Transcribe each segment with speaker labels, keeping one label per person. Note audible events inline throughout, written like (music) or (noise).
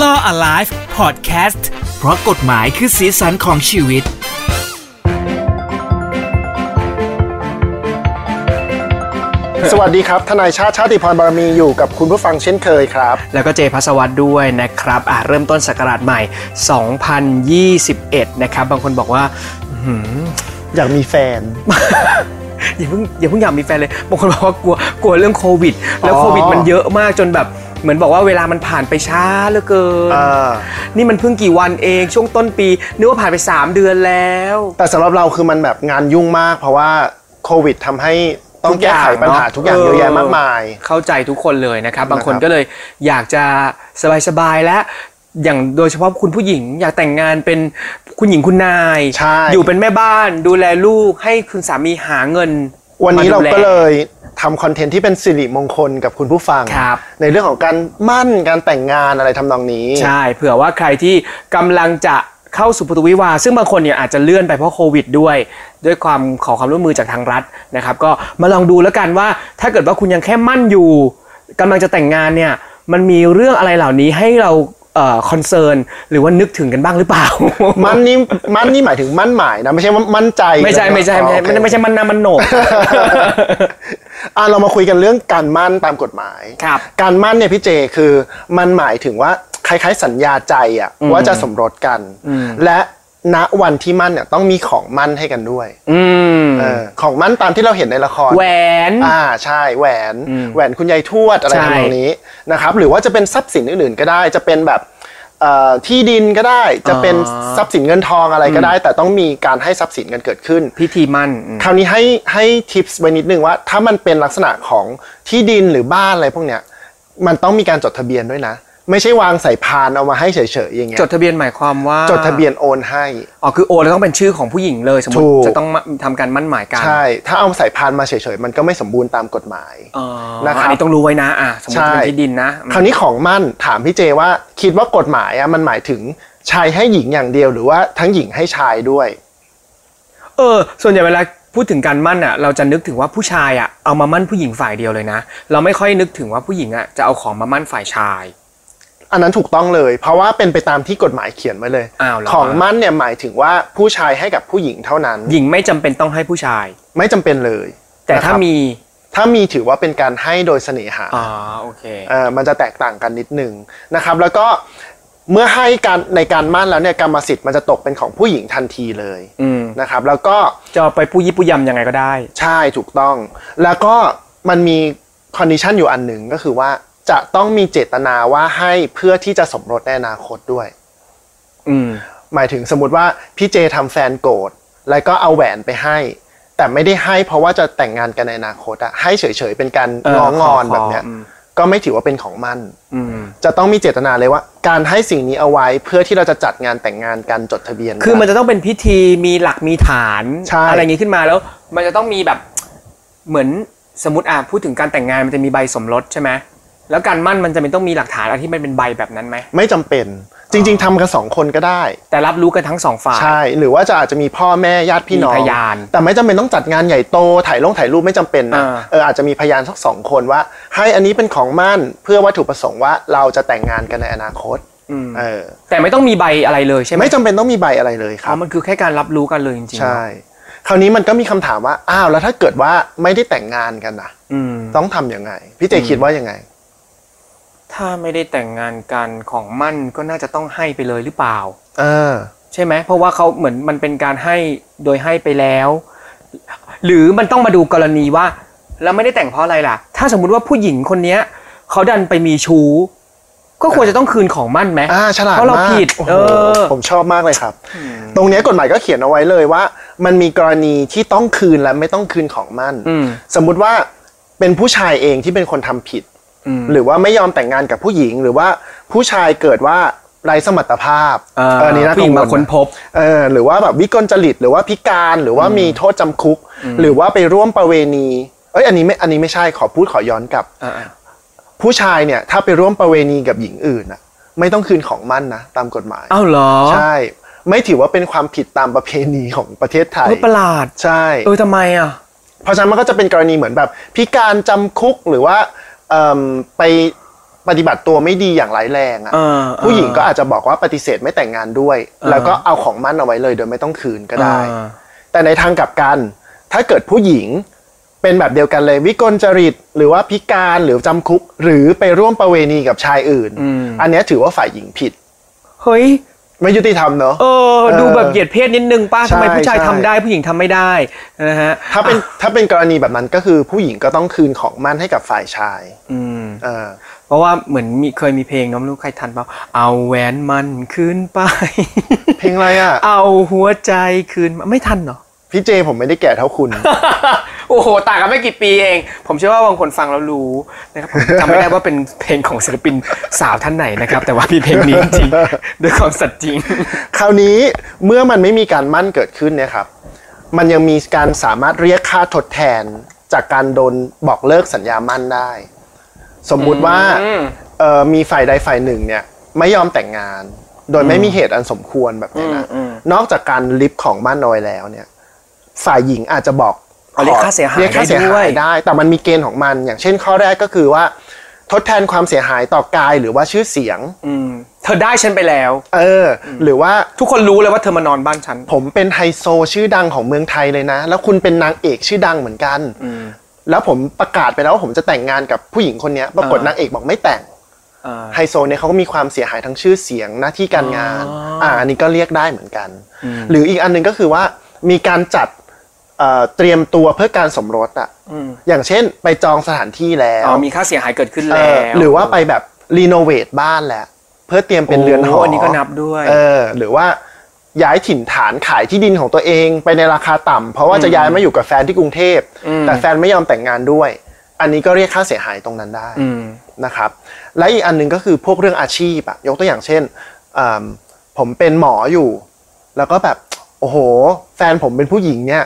Speaker 1: Law Alive Podcast เพราะกฎหมายคือสีสันของชีวิต
Speaker 2: (laughs) สวัสดีครับ ทนายชาติชาติพรบารมีอยู่กับคุณผู้ฟังเช่นเคยครับ
Speaker 3: แล้วก็เจพัสวัตด้วยนะครับอ่ะเริ่มต้นศักราชใหม่ 2021 นะครับ บางคนบอกว่า
Speaker 2: อยากมีแฟน
Speaker 3: อย่าเพิ่งอย่าเพิ่งอยากมีแฟนเลย บางคนบอกว่ากลัวกลัวเรื่องโควิด แล้ว
Speaker 2: อ๋อ
Speaker 3: โควิดมันเยอะมากจนแบบ เหมือนบอกว่าเวลามันผ่านไปช้าเหลือเกิน นี่มันเพิ่งกี่วันเองช่วงต้นปีนึกว่าผ่านไป 3 เดือนแล้ว
Speaker 2: แต่สำหรับเราคือมันแบบงานยุ่งมาก เพราะว่าโควิดทำให้ต้องแก้ไขปัญหาทุกอย่างเยอะแยะมากมาย
Speaker 3: เข้าใจทุกคนเลยนะครับ บางคน
Speaker 2: นะครับ
Speaker 3: ก็เลยอยากจะสบายๆและอย่างโดยเฉพาะคุณผู้หญิง อยากแต่งงานเป็นคุณหญิงคุณนาย
Speaker 2: ใช่
Speaker 3: อยู่เป็นแม่บ้านดูแลลูกให้คุณสามีหาเงิน
Speaker 2: วันนี้เรา
Speaker 3: มดูแ
Speaker 2: ก็เลยทำคอนเทนต์ที่เป็นสิริมงคลกับคุณผู้ฟัง
Speaker 3: ครับ
Speaker 2: ในเรื่องของการมั่นการแต่งงานอะไรทำนองนี้
Speaker 3: ใช่เผื่อว่าใครที่กำลังจะเข้าสู่ประตูวิวาห์ซึ่งบางคนเนี่ยอาจจะเลื่อนไปเพราะโควิดด้วย ด้วยความขอความร่วมมือจากทางรัฐนะครับ ก็มาลองดูแล้วกันว่า ถ้าเกิดว่าคุณยังแค่มั่นอยู่กำลังจะแต่งงานเนี่ยมันมีเรื่องอะไรเหล่านี้ให้เราคอนเซิร์นหรือว่านึกถึงกันบ้างหรือเปล่า
Speaker 2: มั่นนี่มั่นนี่หมายถึงมั่นหมายนะไม่ใช่ว่ามั่นใจ
Speaker 3: (laughs) ไม่ใช่ไม่ใช่ไม่ใช่
Speaker 2: อ๋อโอเค
Speaker 3: ไม่ใช่มันนามันโหนก
Speaker 2: (laughs) อ่ะเรามาคุยกันเรื่องการมั่นตามกฎหมาย
Speaker 3: ครับ
Speaker 2: การมั่นเนี่ยพี่เจคือมันหมายถึงว่าคล้ายๆสัญญาใจอะว่าจะสมรสกัน และณวันที่มั่นเนี่ยต้องมีของมั่นให้กันด้วย
Speaker 3: อืม
Speaker 2: เออของมั่นตามที่เราเห็นในละคร
Speaker 3: แหวน
Speaker 2: อ่าใช่แหวนแหวนคุณยายทวดอะไรทำนองนี้นะครับหรือว่าจะเป็นทรัพย์สินอื่นๆก็ได้จะเป็นแบบเอ่อที่ดินก็ได้จะเป็นทรัพย์สินเงินทองอะไรก็ได้ แต่ต้องมีการให้ทรัพย์สินกันเกิดขึ้น
Speaker 3: พิธีมั่นอืม
Speaker 2: คราวนี้ให้ให้ทิปส์ไว้นิดนึงว่า ถ้ามันเป็นลักษณะของที่ดินหรือบ้านอะไรพวกเนี้ยมันต้องมีการจดทะเบียนด้วยนะ ไม่ใช่วางใส่พานเอามาให้เฉยๆอย่างเงี้ย
Speaker 3: จดทะเบียนหมายความว่า
Speaker 2: จดทะเบียนโอนให้
Speaker 3: อ๋อคือโอนแล้วต้องเป็นชื่อของผู้หญิงเลยสมมติ
Speaker 2: ถูก
Speaker 3: จะต้องมาทำการมั่นหมายกัน
Speaker 2: ใช่ ถ้าเอาใส่พานมาเฉยๆมันก็ไม่สมบูรณ์ตามกฎหมาย
Speaker 3: อ๋อ
Speaker 2: นะครับ
Speaker 3: อันนี้ต้องรู้ไว้นะอ่ะสมมติ
Speaker 2: ใช่
Speaker 3: เป็นที่ดินนะอืม
Speaker 2: คราวนี้ของมั่นถามพี่เจว่าคิดว่ากฎหมายอะมันหมายถึงชายให้หญิงอย่างเดียวหรือว่าทั้งหญิงให้ชายด้วย
Speaker 3: เออ ส่วนใหญ่เวลาพูดถึงการมั่นอ่ะ เราจะนึกถึงว่าผู้ชายอ่ะเอามามั่นผู้หญิงฝ่ายเดียวเลยนะ เราไม่ค่อยนึกถึงว่าผู้หญิงอ่ะจะเอาของมามั่นฝ่ายชาย
Speaker 2: อันนั้นถูกต้องเลย เพราะว่าเป็นไปตามที่กฎหมายเขียนไว้เลย
Speaker 3: อ้าวเหรอ
Speaker 2: ของมั่นเนี่ยหมายถึงว่าผู้ชายให้กับผู้หญิงเท่านั้น
Speaker 3: หญิงไม่จำเป็นต้องให้ผู้ชาย
Speaker 2: ไม่จำเป็นเลย
Speaker 3: แต่
Speaker 2: นะครับ
Speaker 3: ถ้ามี
Speaker 2: ถ้ามีถือว่าเป็นการให้โดยเสน่หา
Speaker 3: อ๋อโอเค
Speaker 2: เอ่อมันจะแตกต่างกันนิดหนึ่งนะครับ แล้วก็เมื่อให้การในการมั่นแล้วเนี่ยกรรมสิทธิ์มันจะตกเป็นของผู้หญิงทันทีเลย
Speaker 3: อืม
Speaker 2: นะครับ แล้วก็
Speaker 3: จะเอาไปผู้ยิบผู้ยำยังไงก็ได้
Speaker 2: ใช่ถูกต้อง แล้วก็มันมีคอนดิชันอยู่อันหนึ่งก็คือว่าจะต้องมีเจตนาว่าให้เพื่อที่จะสมรสในอนาคตด้วย
Speaker 3: อืม
Speaker 2: หมายถึงสมมติว่าพี่เจทำแฟนโกรธแล้วก็เอาแหวนไปให้ แต่ไม่ได้ให้เพราะว่าจะแต่งงานกันในอนาคตอะให้เฉยๆเป็นการ
Speaker 3: เออ
Speaker 2: ง้องอน
Speaker 3: ขอขอ
Speaker 2: แบบเนี้ย
Speaker 3: อืม
Speaker 2: ก็ไม่ถือว่าเป็นของมั่น
Speaker 3: อืม
Speaker 2: จะต้องมีเจตนาเลยว่า การให้สิ่งนี้เอาไว้เพื่อที่เราจะจัดงานแต่งงานกันจดทะเบียน
Speaker 3: คือมันจะต้องเป็นพิธีมีหลักมีฐาน
Speaker 2: ใช่
Speaker 3: อะไรอย่างนี้ขึ้นมาแล้ว มันจะต้องมีแบบเหมือนสมมติอ่ะพูดถึงการแต่งงานมันจะมีใบสมรสใช่ไหมแล้วการมั่นมันจะเป็นต้องมีหลักฐานอะไรที่มันเป็นใบแบบนั้นไหม
Speaker 2: ไม่จำเป็น จริง ๆทำกันสองคนก็ได้
Speaker 3: แต่รับรู้กันทั้งสองฝ่าย
Speaker 2: ใช่ หรือว่าจะอาจจะมีพ่อแม่ญาติพี่น้อง
Speaker 3: มีพยาน
Speaker 2: แต่ไม่จำเป็นต้องจัดงานใหญ่โตถ่ายลงถ่ายรูปไม่จำเป็นนะ
Speaker 3: อ่า
Speaker 2: เอออาจจะมีพยานสักสองคนว่า ให้อันนี้เป็นของมั่นเพื่อวัตถุประสงค์ว่าเราจะแต่งงานกันในอนาคต
Speaker 3: อืม
Speaker 2: เออ
Speaker 3: แต่ไม่ต้องมีใบอะไรเลยใช่ไหม
Speaker 2: ไม่จำเป็นต้องมีใบอะไรเลยค
Speaker 3: อ๋
Speaker 2: รั
Speaker 3: อบ มันคือแค่การรับรู้กันเลยจริงๆ
Speaker 2: ใช่ คราวนี้มันก็มีคำถามว่าอ้าวแล้วถ้าเกิดว่าไม่ได้แต่งงานกันนะ
Speaker 3: อืม
Speaker 2: ต้องทำยังไง พี่เจคิดว่ายังไง
Speaker 3: ถ้าไม่ได้แต่งงานกันของมั่นก็น่าจะต้องให้ไปเลยหรือเปล่า
Speaker 2: เออ
Speaker 3: ใช่ไหมเพราะว่าเขาเหมือนมันเป็นการให้โดยให้ไปแล้ว หรือมันต้องมาดูกรณีว่าเราไม่ได้แต่งเพราะอะไรล่ะ ถ้าสมมุติว่าผู้หญิงคนเนี้ยเขาดันไปมีชู้ ก็ควรจะต้องคืนของมั่นไหม
Speaker 2: อ่าฉลาดมาก
Speaker 3: เพราะเราผิด
Speaker 2: โอ้โห
Speaker 3: เออ
Speaker 2: ผมชอบมากเลยครับ ตรงเนี้ยกฎหมายก็เขียนเอาไว้เลยว่า มันมีกรณีที่ต้องคืนและไม่ต้องคืนของมั่น
Speaker 3: อืม
Speaker 2: สมมุติว่าเป็นผู้ชายเองที่เป็นคนทำผิด
Speaker 3: อืม
Speaker 2: หรือว่าไม่ยอมแต่งงานกับผู้หญิง หรือว่าผู้ชายเกิดว่าไร้สมรรถภาพ
Speaker 3: า
Speaker 2: เนี้น่า
Speaker 3: ผู้ห
Speaker 2: กั
Speaker 3: ญิ
Speaker 2: ง
Speaker 3: ง
Speaker 2: ว
Speaker 3: มา
Speaker 2: ล
Speaker 3: ค้น
Speaker 2: นะ
Speaker 3: พบ
Speaker 2: เออหรือว่าแบบวิกลจริตหรือว่าพิการหรือว่ามีโทษจำคุก หรือว่าไปร่วมประเวณีเอ้ยอันนี้ไม่อันนี้ไม่ใช่ขอพูดขอย้อนกลับ
Speaker 3: อ่า
Speaker 2: ผู้ชายเนี่ยถ้าไปร่วมประเวณีกับหญิงอื่นน่ะไม่ต้องคืนของมั่นนะตามกฎหมาย
Speaker 3: ๆอ้าวเหรอ
Speaker 2: ใช่ ไม่ถือว่าเป็นความผิดตามประเพณีของประเทศไทย
Speaker 3: เฮ้ยประหลาด
Speaker 2: ใช่
Speaker 3: เออทำไมอ่ะ
Speaker 2: เพราะฉะนั้นมันก็จะเป็นกรณีเหมือนแบบพิการจำคุกหรือว่าเอิ่มไป ปฏิบัติตัวไม่ดีอย่างร้ายแรงอ่ะ
Speaker 3: เออ
Speaker 2: ผู้หญิงก็อาจจะบอกว่าปฏิเสธไม่แต่งงานด้วย
Speaker 3: เออ
Speaker 2: แล้วก็เอาของมั่นเอาไว้เลยโดยไม่ต้องคืนก็ได้
Speaker 3: อ่า
Speaker 2: แต่ในทางกลับกัน ถ้าเกิดผู้หญิงเป็นแบบเดียวกันเลยวิกลจริต หรือว่าพิการหรือจำคุก หรือไปร่วมประเวณีกับชายอื่น
Speaker 3: อืม
Speaker 2: นเนี้ยถือว่าฝ่ายหญิงผิด
Speaker 3: เฮ้ย
Speaker 2: ไม่ยุติธรรมเนอะ
Speaker 3: เออ ดูแบบ
Speaker 2: เออ
Speaker 3: เหยียดเพศนิดนึงป้า
Speaker 2: ใช่
Speaker 3: ทำไมผู้ชาย
Speaker 2: ใช่
Speaker 3: ทำได้ผู้หญิงทำไม่ได้นะฮะ
Speaker 2: ถ้าเป็นถ้าเป็นกรณีแบบนั้นก็คือผู้หญิงก็ต้องคืนของมั่นให้กับฝ่ายชาย
Speaker 3: อืม
Speaker 2: เออ
Speaker 3: เพราะว่าเหมือนมีเคยมีเพลงเน้องรู้ใครทันเปล่าเอาแหวนมันคืน (laughs) ไป
Speaker 2: เพลงอะไรอ่ะ
Speaker 3: เอาหัวใจคืนมาไม่ทันเหรอ
Speaker 2: พี่เจผมไม่ได้แก่เท่าคุณ
Speaker 3: โอ้โห ต่างกันไม่กี่ปีเอง ผมเชื่อว่าบางคนฟังแล้วรู้นะครับผมจำไม่ได้ว่าเป็นเพลงของศิลปินสาวท่านไหนนะครับ แต่ว่ามีเพลงนี้จริง (laughs) ๆด้วยความสัตย์จริง
Speaker 2: คราวนี้เมื่อมันไม่มีการมั่นเกิดขึ้นเนี่ยครับ มันยังมีการสามารถเรียกค่าทดแทนจากการโดนบอกเลิกสัญญามั่นได้ สมมุติว่า
Speaker 3: อืม
Speaker 2: เอ่อมีฝ่ายใดฝ่ายหนึ่งเนี่ยไม่ยอมแต่งงาน โดยไม่มีเหตุอันสมควรแบบเนี้ยนะนอกจากการลิฟของมั่นน้อยแล้วเนี่ย ฝ่ายหญิงอาจจะบอก
Speaker 3: เอาเรียกค่าเสียหาย
Speaker 2: เรียกค่าเสีย
Speaker 3: ได้ด้
Speaker 2: หา
Speaker 3: วย ย
Speaker 2: ได้ แต่มันมีเกณฑ์ของมัน อย่างเช่น ข้อแรกก็คือว่า ทดแทนความเสียหายต่อกายหรือว่าชื่อเสียง
Speaker 3: อืมเธอได้ฉันไปแล้ว
Speaker 2: เอออหรือว่า
Speaker 3: ทุกคนรู้เลยว่าเธอมานอนบ้านฉัน
Speaker 2: ผมเป็นไฮโซชื่อดังของเมืองไทยเลยนะ แล้วคุณเป็นนางเอกชื่อดังเหมือนกัน แล้วผมประกาศไปแล้วว่าผมจะแต่งงานกับผู้หญิงคนเนี้ยปรากฏ
Speaker 3: อ่าน
Speaker 2: นางเอกบอกไม่แต่ง
Speaker 3: อ่า
Speaker 2: ไฮโซเนี่ยเขาก็มีความเสียหายทั้งชื่อเสียงหน้าที่การงาน
Speaker 3: อ๋ออ่
Speaker 2: อ่าอันนี้ก็เรียกได้เหมือนกัน หรืออีกอันหนึงก็คือว่ามีการจัดเอ่อเตรียมตัวเพื่อการสมรสอ่ะ
Speaker 3: อืม
Speaker 2: อย่างเช่น ไปจองสถานที่แล้ว
Speaker 3: อ๋อมีค่าเสียหายเกิดขึ้น
Speaker 2: เอ
Speaker 3: แล้
Speaker 2: อ
Speaker 3: ว
Speaker 2: หรือว่าไปแบบรีโนเวทบ้านแหละ เพื่อเตรียมเป็นเรือนหอ
Speaker 3: โอันนี้ก็นับด้วย
Speaker 2: เออ หรือว่าย้ายถิ่นฐานขายที่ดินของตัวเองไปในราคาต่ำเพราะว่าจะย้ายมาอยู่กับแฟนที่กรุงเทพ
Speaker 3: อืม
Speaker 2: แต่แฟนไม่ยอมแต่งงานด้วย อันนี้ก็เรียกค่าเสียหายตรงนั้นได้
Speaker 3: อืม
Speaker 2: นะครับ และอีกอันหนึงก็คือพวกเรื่องอาชีพอะยกตัวอย่างเช่นอ่ำผมเป็นหมออยู่ แล้วก็แบบโอ้โห แฟนผมเป็นผู้หญิงเนี่ย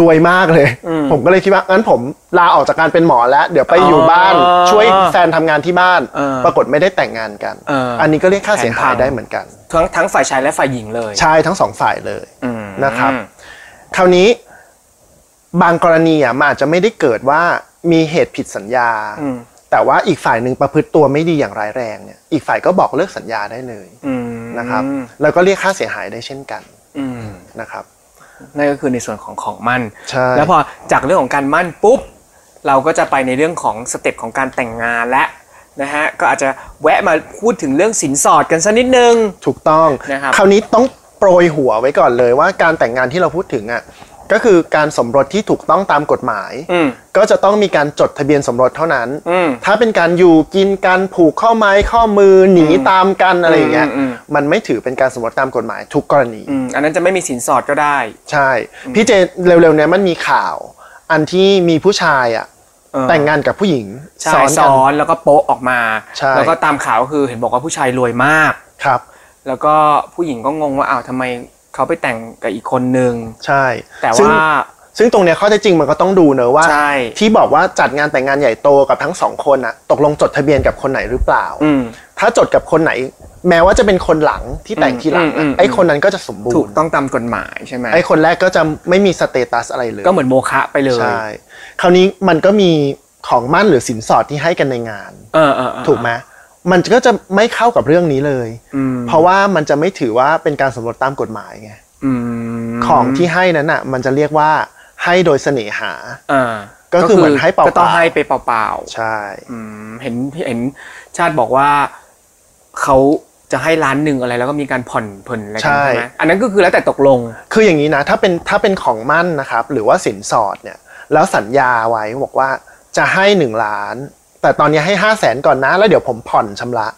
Speaker 2: รวยมากเลย
Speaker 3: อืม
Speaker 2: ผมก็เลยคิดว่างั้นผมลาออกจากการเป็นหมอแล้ว เดี๋ยวไปอยู่บ้าน
Speaker 3: อ๋อ
Speaker 2: ช่วยแฟนทำงานที่บ้าน
Speaker 3: เออ
Speaker 2: ปรากฏไม่ได้แต่งงานกัน
Speaker 3: เอออั
Speaker 2: นนี้ก็เรียกค่าเสียหาย
Speaker 3: แผนพัง
Speaker 2: ได้เหมือนกัน
Speaker 3: ทั้งทั้งฝ่ายชายและฝ่ายหญิงเลย
Speaker 2: ใช่ทั้งสองฝ่ายเลย
Speaker 3: อืม
Speaker 2: นะครับ คราวนี้บางกรณีอ่ะมันอาจจะไม่ได้เกิดว่ามีเหตุผิดสัญญา
Speaker 3: อืม
Speaker 2: แต่ว่าอีกฝ่ายหนึ่งประพฤติตัวไม่ดีอย่างร้ายแรงเนี่ยอีกฝ่ายก็บอกเลิกสัญญาได้เลย
Speaker 3: อืม
Speaker 2: นะครับ แล้วก็เรียกค่าเสียหายได้เช่นกัน
Speaker 3: อืม
Speaker 2: นะครับ
Speaker 3: นั่นก็คือในส่วนของของมั่น
Speaker 2: ใช่
Speaker 3: แล้วพอจากเรื่องของการมั่นปุ๊บ เราก็จะไปในเรื่องของสเต็ปของการแต่งงานและนะฮะก็อาจจะแวะมาพูดถึงเรื่องสินสอดกันสักนิดนึง
Speaker 2: ถูกต้อง
Speaker 3: นะครับ
Speaker 2: วนี้ต้องโปรยหัวไว้ก่อนเลยว่าการแต่งงานที่เราพูดถึงอ่ะก็คือการสมรสที่ถูกต้องตามกฎหมาย
Speaker 3: อืม
Speaker 2: ก็จะต้องมีการจดทะเบียนสมรสเท่านั้น
Speaker 3: อืม
Speaker 2: ถ้าเป็นการอยู่กินกันผูกข้อไม้ข้อมือหนีตามกันอะไรอย่างเงี้ย
Speaker 3: อืมอืม
Speaker 2: มันไม่ถือเป็นการสมรสตามกฎหมายทุกกรณี
Speaker 3: อืมอันนั้นจะไม่มีสินสอดก็ได้
Speaker 2: ใช่ พี่เจเร็วๆเนี้ยมันมีข่าว อันที่มีผู้ชายอ่ะ
Speaker 3: เออ
Speaker 2: แต่งงานกับผู้หญิง
Speaker 3: ใช่
Speaker 2: ซ้อนกั
Speaker 3: ซ้
Speaker 2: น
Speaker 3: อนแล้วก็โป๊ะออกมา
Speaker 2: ใช่
Speaker 3: แล้วก็ตามข่าวก็คือเห็นบอกว่าผู้ชายรวยมาก
Speaker 2: ครับ
Speaker 3: แล้วก็ผู้หญิงก็งงว่าอ้าวทำไมเขาไปแต่งกับอีกคนนึง
Speaker 2: ใช่
Speaker 3: แต่
Speaker 2: ซึ่ง
Speaker 3: ว่า
Speaker 2: ซึ่งตรงเนี้ยข้อเท็จจริงมันก็ต้องดูเนอะว่า
Speaker 3: ใช่
Speaker 2: ที่บอกว่าจัดงานแต่งงานใหญ่โตกับทั้งสองคนอ่ะตกลงจดทะเบียนกับคนไหนหรือเปล่า
Speaker 3: อืม
Speaker 2: ถ้าจดกับคนไหน แม้ว่าจะเป็นคนหลังที่แต่งทีหลัง
Speaker 3: อื
Speaker 2: อะ
Speaker 3: มอืมอืม
Speaker 2: ไอ้คนนั้นก็จะสมบู
Speaker 3: ถู
Speaker 2: ร
Speaker 3: ก
Speaker 2: ณ์
Speaker 3: ต้องตามกฎหมายใช่ไหม
Speaker 2: ไอ้คนแรกก็จะไม่มีสเตตัสอะไรเลย
Speaker 3: ก็เหมือนโมฆะไปเลย
Speaker 2: ใช่คราวนี้มันก็มีของมั่นหรือสินสอดที่ให้กันในงาน
Speaker 3: เออเออเออ
Speaker 2: ถูกไหมมันก็จะไม่เข้ากับเรื่องนี้เลย
Speaker 3: อืม
Speaker 2: เพราะว่ามันจะไม่ถือว่าเป็นการสมรสตามกฎหมายไง
Speaker 3: อืม
Speaker 2: ของที่ให้นั้นอ่ะ มันจะเรียกว่าให้โดยเสน่หา
Speaker 3: อ่า
Speaker 2: ก็คือเหมือนให้เปล่าๆ
Speaker 3: ก็ต้องให้ไปเปล่าๆ
Speaker 2: ใช่
Speaker 3: อืมเห็นเห็นชาติบอกว่าเขาจะให้ล้านหนึ่งอะไรแล้วก็มีการผ่อนผลอะไรกันใช่ไหมอันนั้นก็คือแล้วแต่ตกลง
Speaker 2: คืออย่างนี้นะ ถ้าเป็นถ้าเป็นของมั่นนะครับ หรือว่าสินสอดเนี่ย แล้วสัญญาไว้บอกว่าจะให้หนึ่งล้าน แต่ตอนนี้ให้ห้าแสนก่อนนะ แล้วเดี๋ยวผมผ่อนชำระ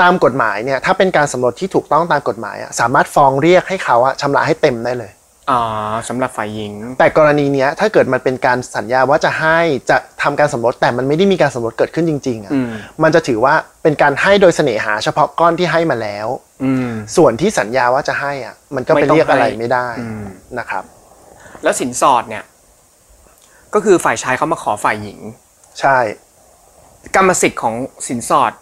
Speaker 2: ตามกฎหมายเนี่ยถ้าเป็นการสมรสที่ถูกต้องตามกฎหมายอะสามารถฟ้องเรียกให้เขาอะชำระให้เต็มได้เลย
Speaker 3: อ๋อสำหรับฝ่ายหญิง
Speaker 2: แต่กรณีเนี้ยถ้าเกิดมันเป็นการสัญญาว่าจะให้จะทำการสมรสแต่มันไม่ได้มีการสมรสเกิดขึ้นจริงๆอะ
Speaker 3: อืม
Speaker 2: มันจะถือว่าเป็นการให้โดยเสน่หาเฉพาะก้อนที่ให้มาแล้ว
Speaker 3: อืม
Speaker 2: ส่วนที่สัญญาว่าจะให้อ่ะ มันก็
Speaker 3: ไม่
Speaker 2: เป็น
Speaker 3: ต้อง
Speaker 2: เรียกอะไร
Speaker 3: ให้
Speaker 2: ไม่ได้
Speaker 3: อืม
Speaker 2: นะครับ
Speaker 3: แล้วสินสอดเนี่ย ก็คือฝ่ายชายเขามาขอฝ่ายหญิง
Speaker 2: ใช่
Speaker 3: กรรมสิทธิ์ของสินสอด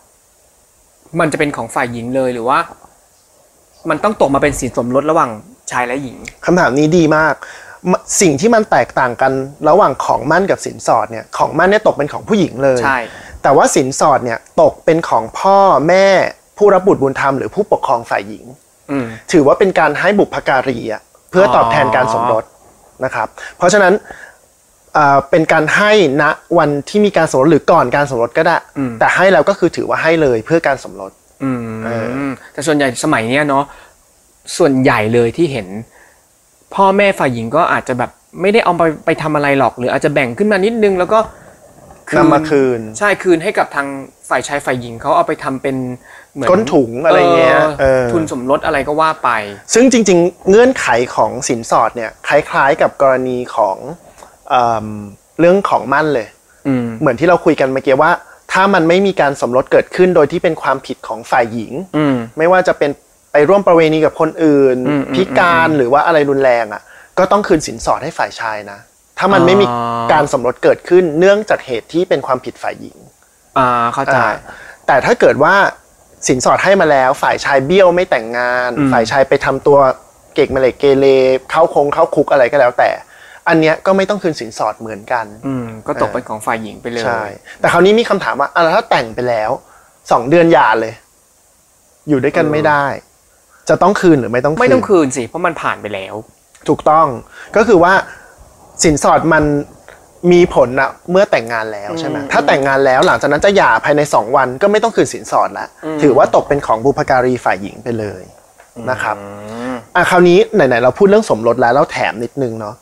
Speaker 3: มันจะเป็นของฝ่ายหญิงเลยหรือว่า มันต้องตกมาเป็นสินสมรสระหว่างชายและหญิง
Speaker 2: คำถามนี้ดีมากมสิ่งที่มันแตกต่างกันระหว่างของมั่นกับสินสอดเนี่ยของมั่นเนี่ยตกเป็นของผู้หญิงเลย
Speaker 3: ใช่
Speaker 2: แต่ แต่ว่าสินสอดเนี่ยตกเป็นของพ่อแม่ผู้รับบุตรบุญธรรมหรือผู้ปกครองฝ่ายหญิง
Speaker 3: อืม
Speaker 2: ถือว่าเป็นการให้บุพการีอะเพื่อตอบแทนการสมรสนะครับ เพราะฉะนั้นเอ่อเป็นการให้ณวันที่มีการสมรสหรือก่อนการสมรสก็ได้
Speaker 3: อืม
Speaker 2: แต่ให้แล้วก็คือถือว่าให้เลยเพื่อการสมรส
Speaker 3: อืม
Speaker 2: เออ
Speaker 3: แต่ส่วนใหญ่สมัยเนี้ยเนาะส่วนใหญ่เลยที่เห็น พ่อแม่ฝ่ายหญิงก็อาจจะแบบไม่ได้เอาไปไปทำอะไรหรอก หรืออาจจะแบ่งขึ้นมานิดนึงแล้วก็
Speaker 2: นำมาคืน
Speaker 3: ใช่คืนให้กับทางฝ่ายชายฝ่ายหญิงเขาเอาไปทำเป็นเหมือน
Speaker 2: ก้นถุงอะไรเงี้ยเออ
Speaker 3: ทุนสมรสอะไรก็ว่าไป
Speaker 2: ซึ่งจริงๆ เงื่อนไขของสินสอดเนี่ยคล้ายๆกับกรณีของเอิ่มเรื่องของมั่นเลย
Speaker 3: อืม
Speaker 2: เหมือนที่เราคุยกันเมื่อกี้ว่า ถ้ามันไม่มีการสมรสเกิดขึ้นโดยที่เป็นความผิดของฝ่ายหญิง
Speaker 3: อืม
Speaker 2: ไม่ว่าจะเป็นไปร่วมประเวณีกับคนอื่น
Speaker 3: อืมอืม
Speaker 2: พิการหรือว่าอะไรรุนแรงอ่ะ ก็ต้องคืนสินสอดให้ฝ่ายชายนะ ถ้ามันไม่มี
Speaker 3: อ๋อ
Speaker 2: การสมรสเกิดขึ้นเนื่องจากเหตุที่เป็นความผิดฝ่ายหญิง
Speaker 3: อ่าเข้าใจ
Speaker 2: อ่าแต่ถ้าเกิดว่าสินสอดให้มาแล้ว ฝ่ายชายเบี้ยวไม่แต่งงาน
Speaker 3: อืม
Speaker 2: ฝ่ายชายไปทำตัวเก่งมาเลยเกเรเข้าคงเข้าคุกอะไรก็แล้วแต่ อันเนี้ยก็ไม่ต้องคืนสินสอดเหมือนกัน
Speaker 3: อืม ก็ตกเป็นของฝ่ายหญิงไปเลย
Speaker 2: ใช่ แต่คราวนี้มีคำถามว่าอ่ะแล้วถ้าแต่งไปแล้วสองเดือนหย่าเลย อยู่ด้วยกันไม่ได้ จะต้องคืนหรือไม่ต้องคืน
Speaker 3: ไม่ต้องคืนสิ เพราะมันผ่านไปแล้ว
Speaker 2: ถูกต้องก็คือว่าสินสอดมันมีผลนะเมื่อแต่งงานแล้วใช่ไหมถ้าแต่งงานแล้วหลังจากนั้นจะหย่าภายใน 2 วันก็ไม่ต้องคืนสินสอดละถือว่าตกเป็นของบุพการีฝ่ายหญิงไปเลยนะครับอ่ะคราวนี้ไหนๆเราพูดเรื่องสมรสแล้วเราแถมนิดนึงเนาะ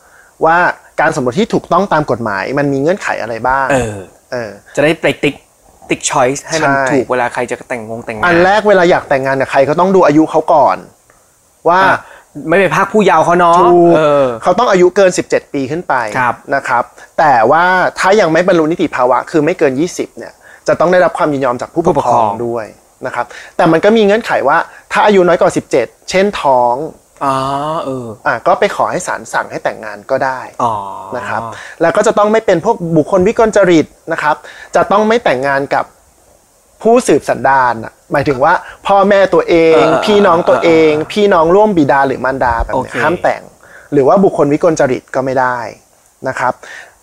Speaker 2: ว่าการสมรสที่ถูกต้องตามกฎหมาย มันมีเงื่อนไขอะไรบ้าง
Speaker 3: เออ
Speaker 2: เออ
Speaker 3: จะได้ไปติ๊กติ๊กช้อยส์ให้มัน
Speaker 2: ใช่
Speaker 3: ถูกเวลาใครจะแต่งงงแต่งงา
Speaker 2: อั
Speaker 3: น
Speaker 2: นแรกเวลาอยากแต่งงานกับใครก็ต้องดูอายุเขาก่อน ว่า
Speaker 3: อ่ะไม่ไปพรากผู้เยาว์เขาเนาะ
Speaker 2: ถูก
Speaker 3: เออ
Speaker 2: เขาต้องอายุเกิน 17 ปีขึ้นไป
Speaker 3: ครับ
Speaker 2: นะครับ แต่ว่าถ้ายังไม่บรรลุนิติภาวะคือไม่เกิน 20 เนี่ย จะต้องได้รับความยินยอมจากผู้ปกครองด้วยนะครับ แต่มันก็มีเงื่อนไขว่าถ้าอายุน้อยกว่า 17 เช่นท้อง
Speaker 3: อ๋อเออ
Speaker 2: อ่ะก็ไปขอให้ศาลสั่งให้แต่งงานก็ได้
Speaker 3: อ๋อ
Speaker 2: นะครับ แล้วก็จะต้องไม่เป็นพวกบุคคลวิกลจริตนะครับ จะต้องไม่แต่งงานกับผู้สืบสันดานน่ะหมายถึงว่าพ่อแม่ตัวเอง พี่น้องตัวเอง พี่น้องร่วมบิดาหรือมารดาแบบเนี้ยห้ามแต่ง หรือว่าบุคคลวิกลจริตก็ไม่ได้นะครับ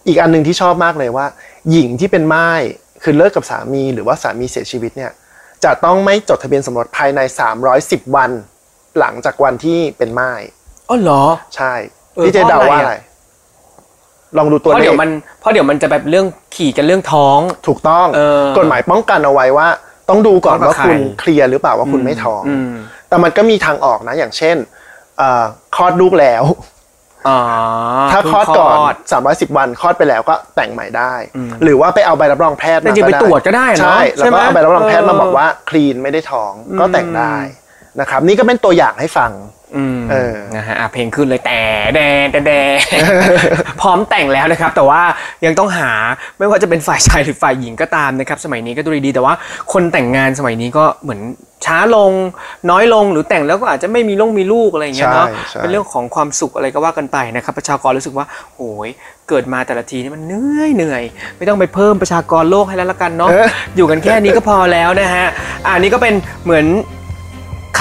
Speaker 2: อีกอันหนึ่งที่ชอบมากเลยว่า หญิงที่เป็นม่ายคือเลิกกับสามีหรือว่าสามีเสียชีวิตเนี่ยจะต้องไม่จดทะเบียนสมรสภายใน 310 วัน หลังจากวันที่เป็นม่าย
Speaker 3: อ๋อเหรอ
Speaker 2: ใช่
Speaker 3: เออ
Speaker 2: พี่เจเดา
Speaker 3: เพราะ
Speaker 2: ว่า
Speaker 3: อะไร
Speaker 2: อะไร
Speaker 3: อะ
Speaker 2: ลองดู
Speaker 3: เพ
Speaker 2: ตัว
Speaker 3: ราะ
Speaker 2: เล
Speaker 3: เดี๋ยว
Speaker 2: ข
Speaker 3: มันเพราะเดี๋ยวมันจะแบบเรื่องขี่กันเรื่องท้อง
Speaker 2: ถูกต้อง
Speaker 3: เออก
Speaker 2: ฎหมายป้องกันเอาไว้ว่า ต้องดูก่อน
Speaker 3: ว่า
Speaker 2: ว่า
Speaker 3: ใคร
Speaker 2: คุณเคลียร์หรือเปล่าว่าคุณไม่ท้อง
Speaker 3: อืม
Speaker 2: แต่มันก็มีทางออกนะ อย่างเช่นเอ่อคลอดลูกแล้ว
Speaker 3: อ๋อ
Speaker 2: ถ้าคลอดก่อน
Speaker 3: เพิ่งคลด
Speaker 2: 310 วันคลอดไปแล้วก็แต่งใหม่ได้ หรือว่าไปเอาใบรับรองแพทย์
Speaker 3: แต่จริงๆไปตรวจก็ได้เนอะ
Speaker 2: ใช่แล้ว
Speaker 3: ใช่ไหม
Speaker 2: ก็เอาใบรับรองแพทย์มา
Speaker 3: เออ
Speaker 2: บอกว่าคลีนไม่ได้ท้องก็แต่งได้นะครับ นี่ก็เป็นตัวอย่างให้ฟัง
Speaker 3: อืม
Speaker 2: เออ
Speaker 3: นะฮะอ่ะเพลงขึ้นเลยแต่แดนแต่แด
Speaker 2: (laughs)
Speaker 3: น พร้อมแต่งแล้วนะครับ แต่ว่ายังต้องหาไม่ว่าจะเป็นฝ่ายชายหรือฝ่ายหญิงก็ตามนะครับ สมัยนี้ก็ดูดีๆแต่ว่าคนแต่งงานสมัยนี้ก็เหมือนช้าลงน้อยลงหรือแต่งแล้วก็อาจจะไม่มีลงมีลูกอะไรอย่างเงี้ยเนาะ
Speaker 2: ใช่ใช่
Speaker 3: เป็นเรื่องของความสุขอะไรก็ว่ากันไปนะครับประชากรรู้สึกว่าโอ้ยเกิดมาแต่ละทีนี่มันเหนื่อยเหนื่อยไม่ต้องไปเพิ่มประชากรโลกให้แล้วละกันเนาะอยู่กันแค่นี้ก็พอแล้วนะฮะอ่านี่ก็เป็นเหมือน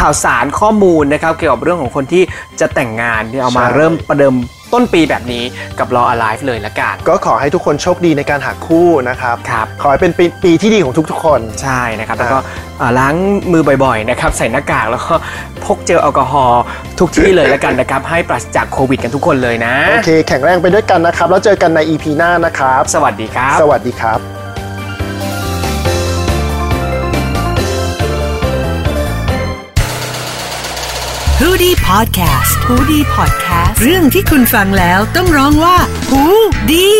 Speaker 3: ข่าวสารข้อมูลนะครับเกี่ยวกับเรื่องของคนที่จะแต่งงานที่เอามา
Speaker 2: ใช่
Speaker 3: เริ่มประเดิมต้นปีแบบนี้กับ Law Alive เลยละกัน
Speaker 2: ก็ขอให้ทุกคนโชคดีในการหาคู่นะครับ
Speaker 3: ครับ
Speaker 2: ขอให้เป็นปีปีที่ดีของทุกๆคน
Speaker 3: ใช่นะครับ
Speaker 2: ครับ
Speaker 3: แล้วก็อ่าล้างมือบ่อยๆนะครับ (laughs) ใส่หน้ากากแล้วก็พกเจลแอลกอฮอล์ทุกที่เลยละกันนะครับ ให้ปราศจากโควิดกันทุกคนเลยนะ
Speaker 2: โอเค แข็งแรงไปด้วยกันนะครับ แล้วเจอกันใน EP หน้านะครับ
Speaker 3: สวัสดีครับ
Speaker 2: สวัสดีครับ
Speaker 4: h o ดี้พอดแคสต์ฮูดี้พอดแคสต์เรื่องที่คุณฟังแล้วต้องร้องว่าฮูดี